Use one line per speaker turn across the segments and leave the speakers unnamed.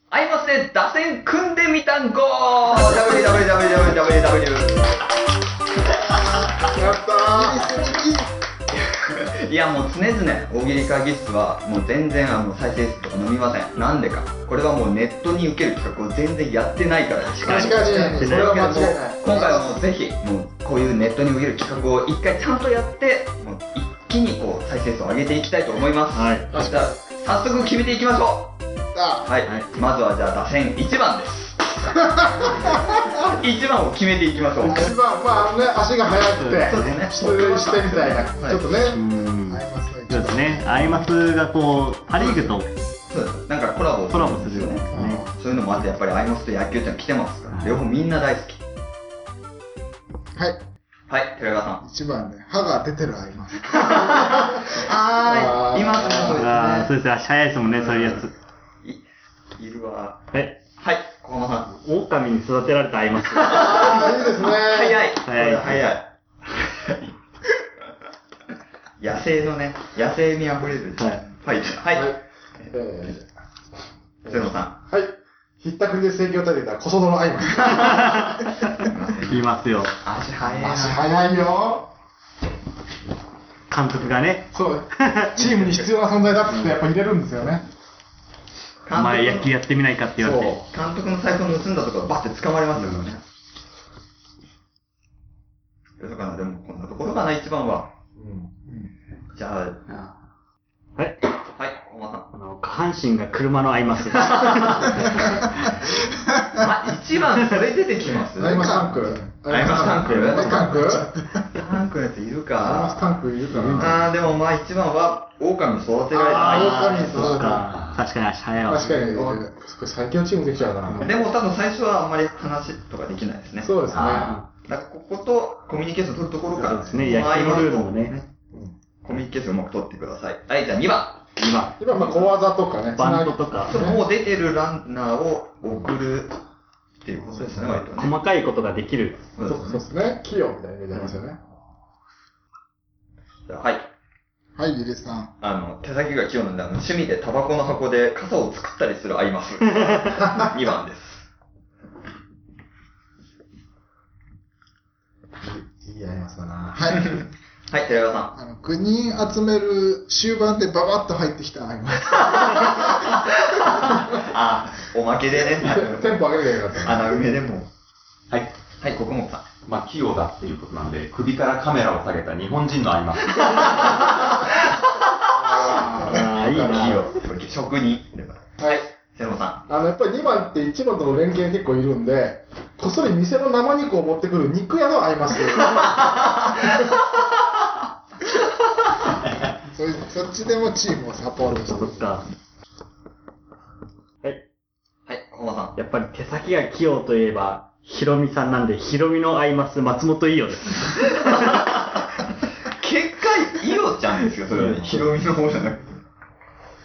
んで打線組んでみたんこ !WWWWWW
やった
いやもう常々大喜利会議室はもう全然あの再生数とか伸びませんなんでかこれはもうネットに受ける企画を全然やってないからです
確かにそれは間違いない
今回はもうぜひもうこういうネットに受ける企画を一回ちゃんとやってもう一気にこう再生数を上げていきたいと思います、
はい。
確
じゃあ
か
早速決めていきましょ
にさ
うはい、
はい
まずはじゃあ打線1番です1番を決めていきましょう
あ一番まあね足が速くて
そうですね
出塁してみたいな
はい
ちょっとね
うん。
合いますね
そうですね。アイマスがこう、パリーグと
そうですなんかコラボ
コラボするよ
よね
ね。
そういうのもあってやっぱりアイモスと野球ってのは来てますから、
はい
両方みんな大好き
はい
はい寺川さん
一番ね歯が出てる合います
あ
ー
いますねそうですね
ああ、そうですね。早いですもんね、そういうやつ。
いるわ
え、
はい小浜さん
狼に育てられたアイマス。
あーいいですね
早い
早い
早い野生のね野生味あふれる
はい
はいはい、
はいえー
瀬野さ
はいひったくりで制御を立てた小園の合います
いますよ。
ん足早いな
足速いよ
監督が ね、
そうチームに必要な存在だっつってやっぱ入れるんですよね
お前野球やってみないかって言われて。
監督の財布盗んだとかバッて捕まりますよね。よそかな、でもこんなところかな、一番は。じゃあ、
え、
はい、おま さ
あの、下半身が車のアイマス。
ん。あ、一番それ出てきます
アイマスタンク
アイマスタンク
アイマスタンク
タンクのやついる
アイマスタ
か。
ンクいるかな
あー、でもまあ一番は、狼育てられた。
あー
ーそうか。確かに足早いわ。
確かにこれ最強チームできちゃうな
でも多分最初はあんまり話とかできないですね。
そうですね
あ
だからこことコミュニケーション取るところから、
そうですね野球のルールもね。
うん
コミュニケーションうまく取ってください。はい、じゃあ2番。
ー今、
今まあ小技とかねつ
バ
な
ン
ぎ
トとか
そ、うもう出てるランナーを送るっていうことですね、割とね。
細かいことができる。
そう
そうそうですね器用みたいなイメージありますよね
じゃあはい。
はいゆりさん
あの、手先が器用なんで、あの趣味でタバコの箱で傘を作ったりするアイマス。2番です。
いいアイマスだな はい
はい、寺川
あの9人集める終盤でババッと入ってきたアイマス
さん。あー、おまけでね、
テンポ上げてください
穴埋めでも。
はい。
はい、国本さん。
まあ、器用だっていうことなんで、首からカメラを下げた日本人のあります。
ああ、いい
器
な。
用。これ職人。
はい
寺野さ
あのやっぱり2番って1番との連携結構いるんで、こっそり店の生肉を持ってくる肉屋の合います。 それそっちでもチームをサポートして
そっか。はい。
ん。はい、小浜さん。
やっぱり手先が器用といえば、ヒロミさんなんで、ヒロミのアイマス、松本伊代です。
結果、イオちゃんですよ、それ。ヒロミの方じゃなくて。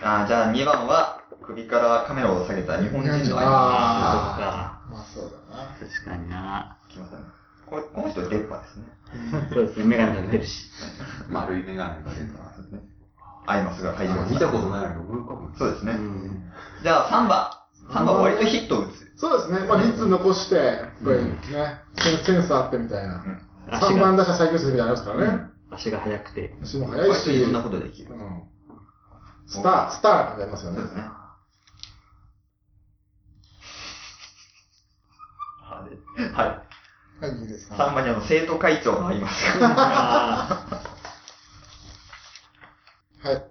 あー、じゃあ2番は、首からカメラを下げた日本人のアイマ
そっ
あ
か。
あ、まあそうだな。
確かにな。
ス。来ましたね。これ、この人、出っ歯ですね。
そうですね、メガネかけてるし。
丸いメガネかけた。
アイマスが入りました。
見たことないのに思い浮かぶんです
そうですね。
うん。
じゃあ3番。3番割とヒット打つ。
そうですね、まあ、率残して、やっぱりね、センセンスあってみたいな。
足
3
が、
番打者最強するみたいなのありますからね。
足が速くて。
足も速いし、
いろ
うん、
なんことできる。
スター、スターになりますよね
そう。ですね。は
はい、いいです
い。
か。
3番にあの、生徒会長があります。
あ
はい、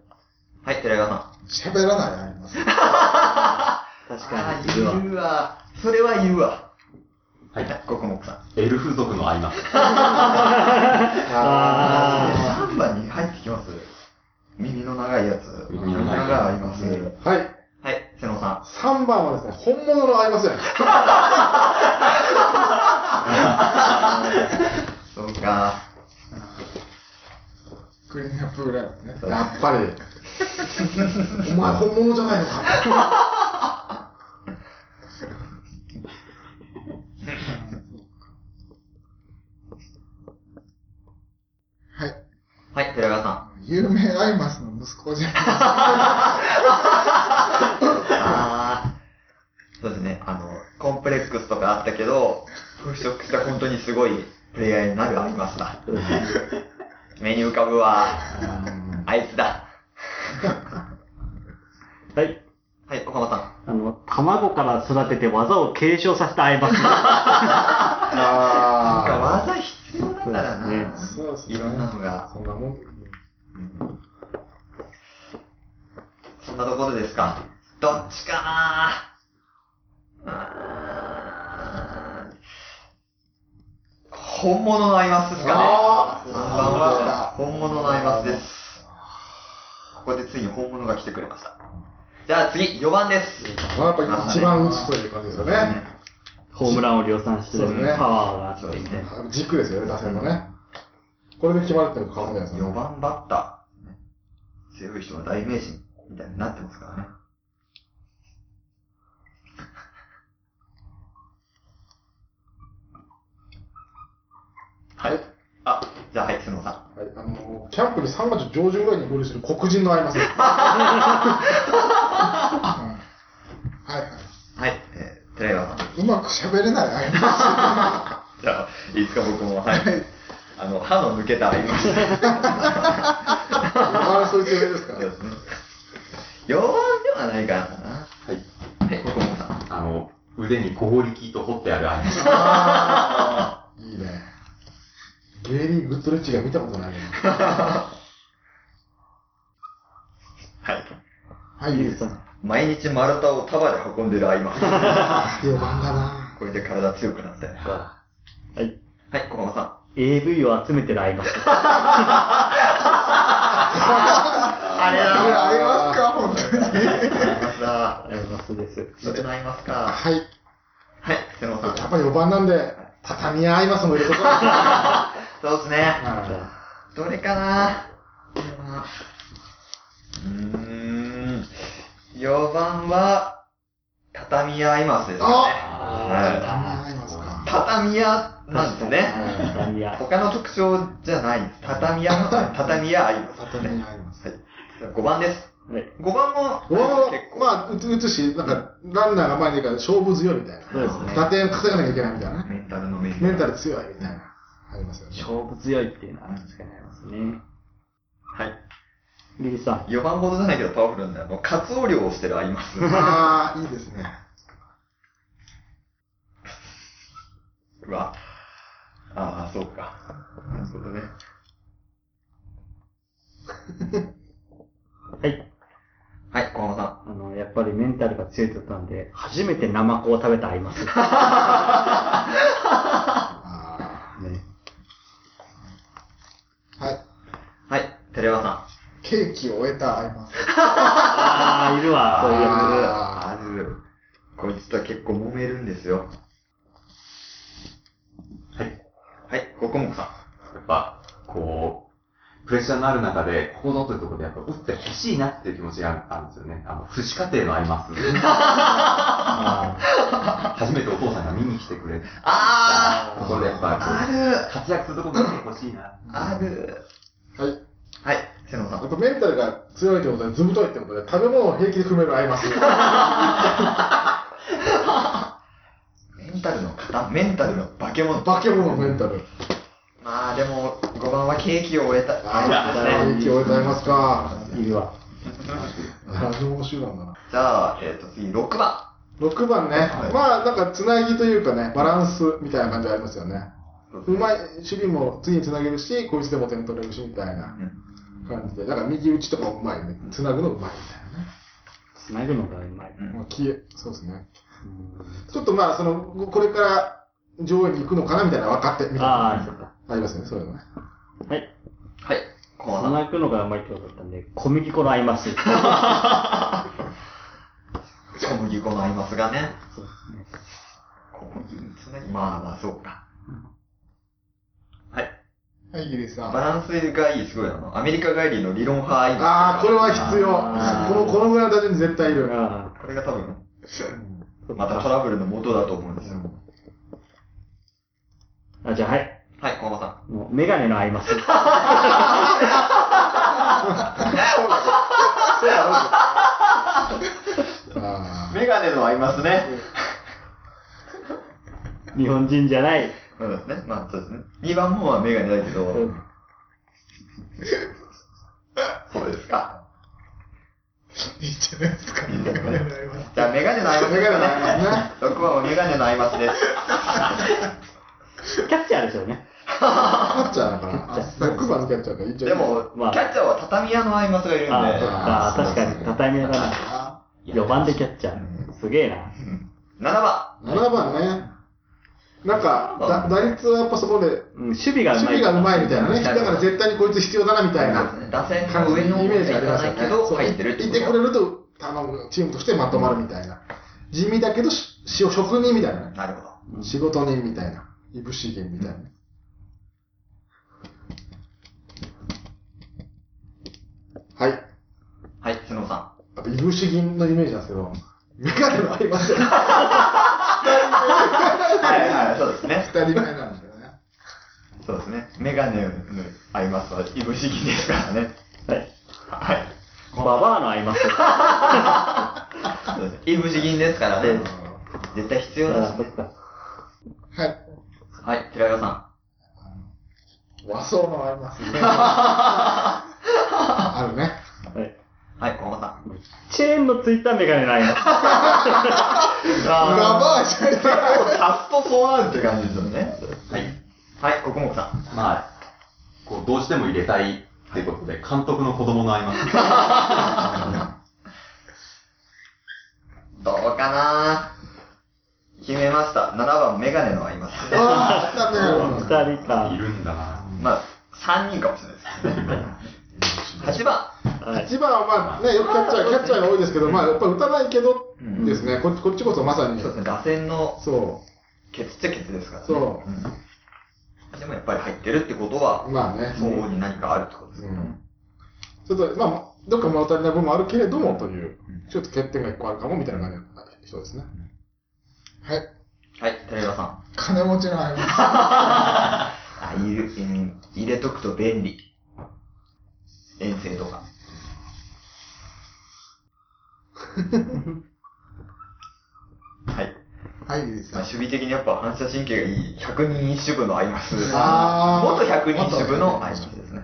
はい、寺川
喋らないあります。
あ、確
さん。
かに。いるわ
いるわ。それは言うわ。
は
はい
い。、
ここもさん。
エルフ族のあります。
あ
3番に入ってきます。耳の長いやつ。
耳の長い
あります。
はい。
はい、瀬野さ
3番はですね、本物の合いますよね。
ん。そうか。
クリーンアップぐらいのね。やっぱ り。お前本物じゃないのか。はい。
はい、寺川さん。
有名アイマスの息子じゃない。
あそうですね。あの、コンプレックスとかあったけど、払拭した本当にすごいプレイヤーになるありました。目に浮かぶは、あいつだ。
はい。
はい、岡本さん。
あの、卵から育てて技を継承させたアイマス。
なんか
あ
技必要なんだな、
そう
あ。そうですね。
いろんなのが。
そんなもん。
そんなところですか。どっちかなうーん本物のアイマスですかね。
あ
こ
ー
んばんは本物のアイマスです。ここでついに本物が来てくれました。じゃあ次、4番です。
まあやっぱ一番打つという感じですよね。
ホームランを量産して
そうですね
パワーがあって。
ね。
あの軸ですよね、打線のね。これで決まるってのが変わるんじゃないです
4
か。
番バッター。強い人の代名詞みたいになってますからね。はい。あ、じゃあはい、角野さん。
はい、あのキャンプに3月上旬ぐらいに合流する黒人のアイマスです。うん はいはい。
はい、えー、寺岩さん。
うまく喋れないアイマ
じゃあ、いつか僕も、はい。 あの、歯の抜けたアイマス。
ス。あそういう上ですか
そ
ら
う。ですね。4番ではないかな。
はい。
はい、ここもさん。
あの、腕に強力と掘ってあるアイマ ス。
あーいいね。ゲイリー・グッドレッチが見たことないね。
はい。
はい、
い
い
い
い
で
ですす
ね
ね。
毎日丸太を束で運んでる合間。
4番だな。
これで体強くなったよ。
はい。
はい、小浜さ
AV を集めてるアイマス。
ん。あれ
これありま
あ
すか、本当に。
りますな。
アイマスです。
それ合いますか。
はい。
はい、瀬野さん。
やっぱり4番なんで、畳やアイマスもいるところですね。
そうですね。
は
どれかなこれはうーん。4番は、畳屋いますですね。
い
は
あ
畳やアイマスか。
畳屋 なんですね。
はいいや
他の特徴じゃないんです。畳屋の、畳屋あります
畳
ね。
やアイマス。
5番です。
はい
5番も、
これは
結構、
まあ、打つ打つし、なんか、ランナーが前にいるから勝負強いみたい
そうですね
な。打点稼がなきゃいけないみたいなね。
メンタルのメン
メンタル強いみたいな。ありますよね。
勝負強いっていうのは確かにありますね。
はい。
リリーさ
4番ほどじゃないけどパワフルなんだよ。もう、活動量をしてるあります。
ああ、いいですね。
うわ。ああ、そうか。なるほどね。
ん。はい。
はい、小浜さん。
あの、やっぱりメンタルが強いってことなんで、初めてナマコを食べたア イマス。ね。
あーはい。
はい、テレワさん。
ケーキを終えたアイマス。
あー、いるわ、そういうや
あ
ある。こいつとは結構揉めるんですよ。
はい。
はい、ここもさん。
やっぱ、こう、プレッシャーのある中で、ここぞというところで、やっぱ打ってほしいなっていう気持ちがあるんですよね。あの、不死家庭のアイ マス。
つ。
初めてお父さんが見に来てくれた
あ
ところで、やっ
あ
ぱ、こ
る
う活躍するところ見てほしいな。
ある
ーはい。
はい、瀬野さ
やっ
ん。
ぱメンタルが強いってことで、ずぶといってことで、食べ物を平気で踏めるアイマス。
メンタルの型メンタルの化け物。
化け物のメンタル。
まあでも、5番はケーキを終えた。
ああ、ケーキを終えたアイマスか。
いるわ。
ラジオ集団だな。
じゃあ、えっ、と、次、6番。
6番ね、
はい
まあなんかつなぎというかね、バランスみたいな感じありますよね。うまい、守備も次につなげるし、こいつでも点取れるしみたいな
うん
感じで、だから右打ちとかもうまいね、つなぐのうまいみたいなね
つなぐのがうまい。
うん
もう消え、そうですね。
うん
ちょっとまあ、その、これから上位に行くのかなみたいな分かって、みたいな。
ああ、そっか。
ありますよね、そういうのね。
はい。
はい、小浜さ
つ
ん。
なぐのがうまいってことだったんで、小麦粉のアイマ ス。
小麦粉の合いますがね。
そうですね。
小麦につなぎ、まあまあそうか。はい。
はい、ギリさ
バ
ん。
ランスがいい、すごい。あの、アメリカ帰りの理論派合います。
ああ、これは必要。
あー
この、このぐらいの打順に絶対いる。
あ
これが多分、
ー
またトラブルの元だと思うんですよ。
あ、じゃあはい。
はい、小浜さん。
もう、メガネのアイ マス。
あー
メガネの合いますね。
日本人じゃない。
そうですね。まあ、そうですね。2番もまあメガネだけど、
うん
そうですか。
いいんじゃない ですか。
いいんじゃない
お願いします
じゃあ、メガネの合います
メガネの合いますね
6番はメガネの合いますです。
キャッチャーでしょうね。
キャッチャーだから、
キャッチャー
6番のキャッチャーだから、いいんじゃ
で
ない
も、
まあ
キャッチャーは畳屋の合いますがいるんで、
ああ、
あー
確かに、畳屋だな。4番でキャッチャー。すげえな。
うん7番。
7番ね。なんか、だ打率はやっぱそこで、
うん、守備がう
守
まい。
備がうまいみたいなね。だ
はい
から絶対にこいつ必要だなみたいな
打線
感
の
じ
上の
のイメージあり
行
ます
か
よ
ないけ
ね。
ど、
そう
入ってるって
い
こと
てくれると、頼む、チームとしてまとまるみたいな。地味だけど、しし職人みたいなね。
なるほど。
仕事人みたいな。いぶし銀みたいな。はい。
はい、スノーさ
あと、いぶし銀のイメージなんですけど、メガネもありますよ。
ん。はいはい、そうですね。
二人前なんだよね。
そうですね。メガネの合いますは、いぶし銀ですからね。
はい。
はい。
ババアの合います。あ
そうですねいぶし銀ですからね。絶対必要だし
ーそ
ね
っ。
は
か。
い。
はい、平岩さん。
和装もあり ますね。あるね。
はい。
はい、小浜さん。
チェーンのついたメガ ネの合います。
ラ
あ
バーじゃない
ー、さっとそうなるって感じですよね。
はい。
はい、奥本さん。
まあ、こう、どうしても入れたいってことで、監督の子供の合います。
どうかな決めました。7番、メガネの合います。
ああ、だね。
二人か
い。るんだな。
まあ、3人かもしれないです。8番。
はい。
一番はまあね、よくキャッチャー、キャッチャーが多いですけど、まあやっぱ打たないけど
うん
ですね、こっちこっちこそまさに
そう。ですね、打線の
そ
ケツっちゃケツですからね。
そ
うんでもやっぱり入ってるってことは
う。、まあね。
相応に何かあるってことですよね。
うんちょっと、まあ、どっか物足りない部分もあるけれどもという、ちょっと欠点が一個あるかもみたいな感じの人ですね。はい。
はい、寺岩さん。
金持ちの合います。
あ、いる、うん入れとくと便利。遠征と か。はい。
はい、いいです
まあ、
ね。
守備的にやっぱ反射神経がいい百人一首部の合います。
あー
元百人一首部の合いますですね。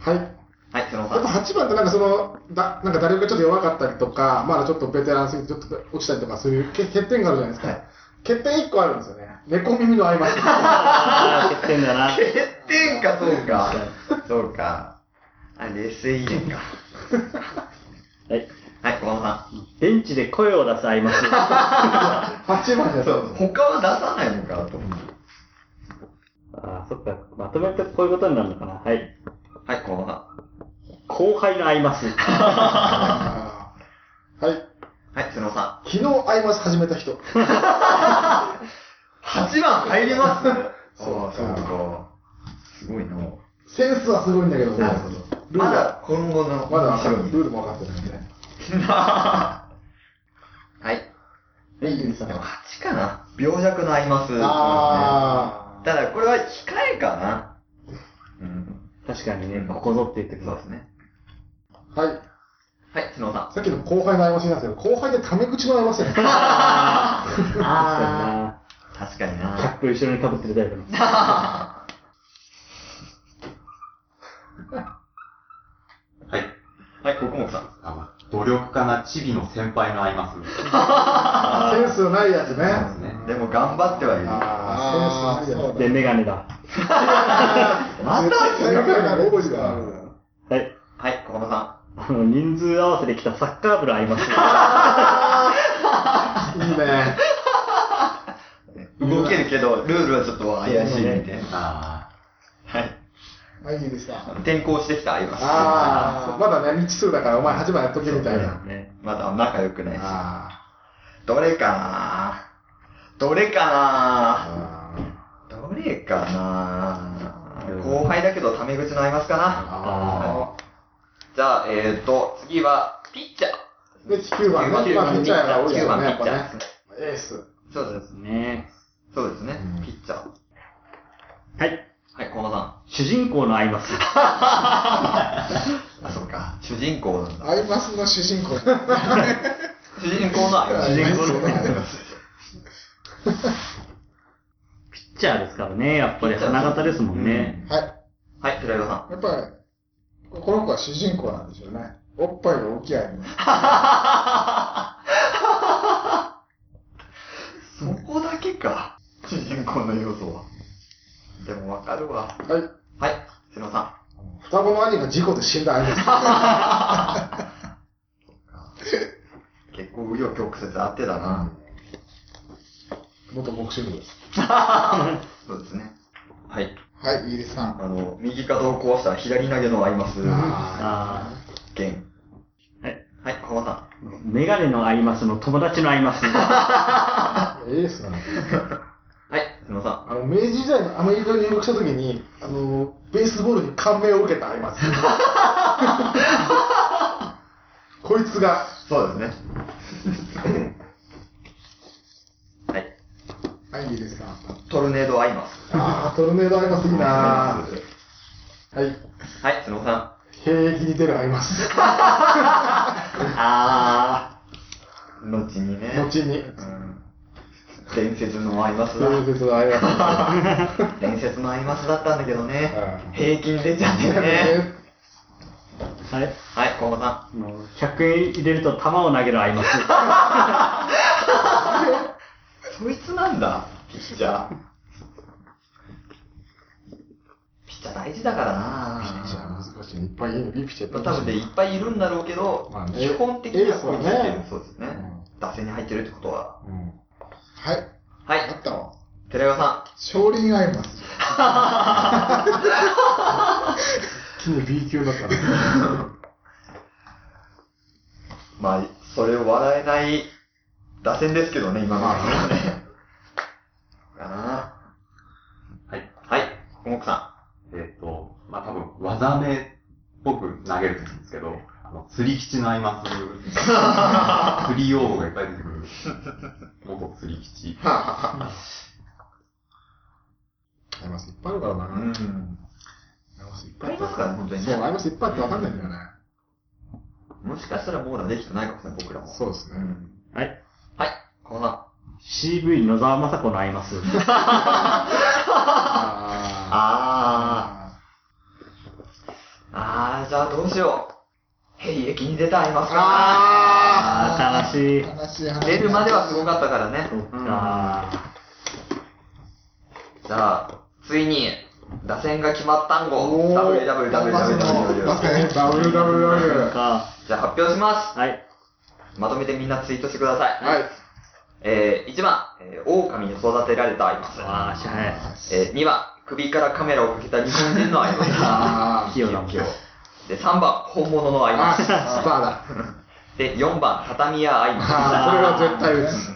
はい。
はい、その
あと
さん。
8番ってなんかその、だなんか誰かちょっと弱かったりとか、まだちょっとベテランすぎてちょっと落ちたりとか、そういう欠欠点があるじゃないですか。
はい
欠点1個あるんですよね。猫耳の合います。は
ああ、欠点だな。
欠点か、そうか。そうか。あ、冷静いいねんか。
はい。
はい、小野さ
ベンチで声を出す合います。
8番で
ん。
す。
そう、他は出さないのかと思う。
ああ、そっか。まとめてこういうことになるのかな。はい。
はい、小野 さ
後輩の合います。
あー はい。
ん。はい、そのさん。
昨日合います始めた人。
8番入ります
そう
あー そうか。すごいな。
センスはすごいんだけどね
なるほど。
ルール
まだ今後の
まだわか
後
る
ろに
ルールも分かってないんで。
はい。
ベンチに
でも8かな。病弱の合います。
あ
ただこれは控えかな。うん。
確かにね、ここぞって言ってく
そう
だ
で
さ
すね。
あ。はい。
はい、角さん。
さっきの後輩の合いますなんですけど、後輩でタメ口の合いますよね。
い。あ
確かに
あ、キャ
な。
ップ後ろにかぶってるタイプの。
はい。
はい、国木さん。
あまあ努力家なチビの先輩の合います。
センスのないやつね。
そうですね
でも頑張ってはいる。
ああ、センスのないやつ。
で、メガネだ。
また
絶対分かる覚えてた
はい。
はい、小浜さ
あの、人数合わせで来たサッカー部の合います。
いいね。
ん。動けるけど、ルールはちょっと怪しいみたいな。
あ
はい。
はい、いいですか。
転校してきた合います。
ああ、まだね、未知数だから、お前8番やっとけ みたいな。
ね。
まだ仲良くないし。
あ
どれかなどれか
あ
などれかな後輩だけどタメ口の合いますかな
あ
じゃあ、えーと、次は、ピッチャー。
あ。で、9番ね。まあ、ピッチャーが多いです
9
よ
番
ね、
ピ
やっ
ッ
ぱ
チャ
ね
ー。
エース。
そうです。
ね
そうですね
う。ん
ピッチャー。
はい。
はい、小野さ
主人公の合います。
ん。あ、そうか。主人公なんだ。
アイマスの主人公。
主人公の
あ
アイ
り
マス。
ますよね
ピッチャーですからね、やっぱり花形ですもんね。
はい。
はい、寺岩さん。
やっぱり、この子は主人公なんでしょうね。おっぱいが大きいアニメ。
そこだけか。主人公の要素は。でもわかるわ。
はい。
はい、瀬野さ
双子の兄が事故で死んだアニメです。
ん。結構、右を曲折あってだな。
元ボクシングです。
そうですね。はい。
はい、イギリスさん。
あの、右肩を壊したら左投げのアイマス。
あ
剣。
はい。
はい、小浜さ
あ、メガネのアイマスの友達のアイ マス。
エースなの。
ん。はい、瀬野さん。
あの、明治時代のアメリカに入国した時に、あの、ベースボールに感銘を受けたアイ マス。こいつが、
そうですね。 はい。
はい、イギリスさん。
トルネードアイマス。
あー、トルネードアイマスいいな
は
ーはい。
い、瀬野さん。
兵役に出るアイマス。
あー。後にね。
後に。
うん。伝説のアイマスだ。
伝 説のアイマス。
伝説のアイマスだったんだけどね
う。ん
平均出ちゃってね。
はい。
はい、小浜さ
あの100円入れると玉を投げるアイマス。
ん。そいつなんだ、ピッチャー。ピッチャー大事だからな
ピッチャー難しい。いっぱいいる。ピッチャーい
まあ、多
っぱい
分でいっぱいいるんだろうけど、
まあね
基本的にはここに入って
エ
る、
ース
そ
はね
うですね、
うん
打線に入ってるってことは。
うんはい。
は
あ
い、
ったわ。
寺岩さ
少林アイマス。 金に B 級だったね。
ん。まあ、それを笑えない打線ですけどね、今のはね。かな
はい。
はい、小目さ
えっ、と、まあ、多分、技名っぽく投げると思うんですけど、あの、釣り基地の合います。釣り用語がいっぱい出てくる。元釣り基地。
アイマスいっぱいあるからな。
ん。ん。
アイマスいっ
ありますからね、本当に
そう、アイ
ね。
マスいっぱいあってわかんないんだよね。
もしかしたらもうまだできてないかもしれない、僕らも。
そうです
う
ね。
ん。
はい。
はい、小野さん。
CV 野沢雅子のアイマス。
あ
あ
あ。
ー。あー、じゃあどうしよう。兵役に出た、今
あ
あー、悲しい。
悲しい話。
出るまではすごかったからね。
そっか
じゃあ、ついに、打線が決まったんご。
おー
www。
まさに
ー。そ
WWW
っ。か
じゃあ発表しま
はい。
す。まとめてみんなツイートしてください。
はい。
えー、1番、えー、狼に育てられたアイマ
わー、しゃあない。
ス。えー、2番、首からカメラをかけた日本人のアイマ
あ
器用だもん。
ス。で、3番、本物のアイ
あ、
マ
ス
ス。
ターだ。
で、4番、畳やアイマ
ああ、これは絶対打
ス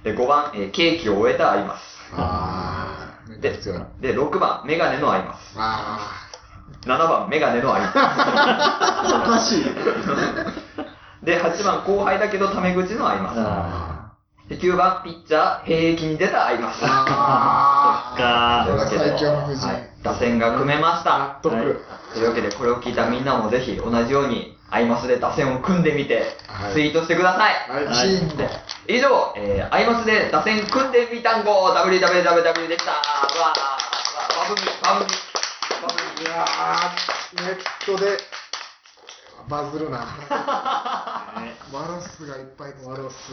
つ。。
で、5番、えー、ケーキを終えたアイマス。
ああ、めっちゃ強い。あ
で、6番、メガネのアイマス。
あ
7番、メガネのアイマス。
ー、おかしい。
で、8番、後輩だけどタメ口のアイマ
あ
ス。で、9番、ピッチャー、兵役に出たアイマス。
あ
ー、そ
あ、
っ
という
か
わけで
最強の布陣
はい打線が組めました。
納得。
はい
というわけで、これを聞いたみんなもぜひ同じように、アイマスで打線を組んでみて
は、い
ツイートしてください。
はい、
はい
チームで。
以上、えー、アイマスで打線組んでみたんご、www でした。わー、わー、わぶみ、わぶみ、わぶみ。
いやー、ネットで バズるな。ワロスがいっぱいワロス。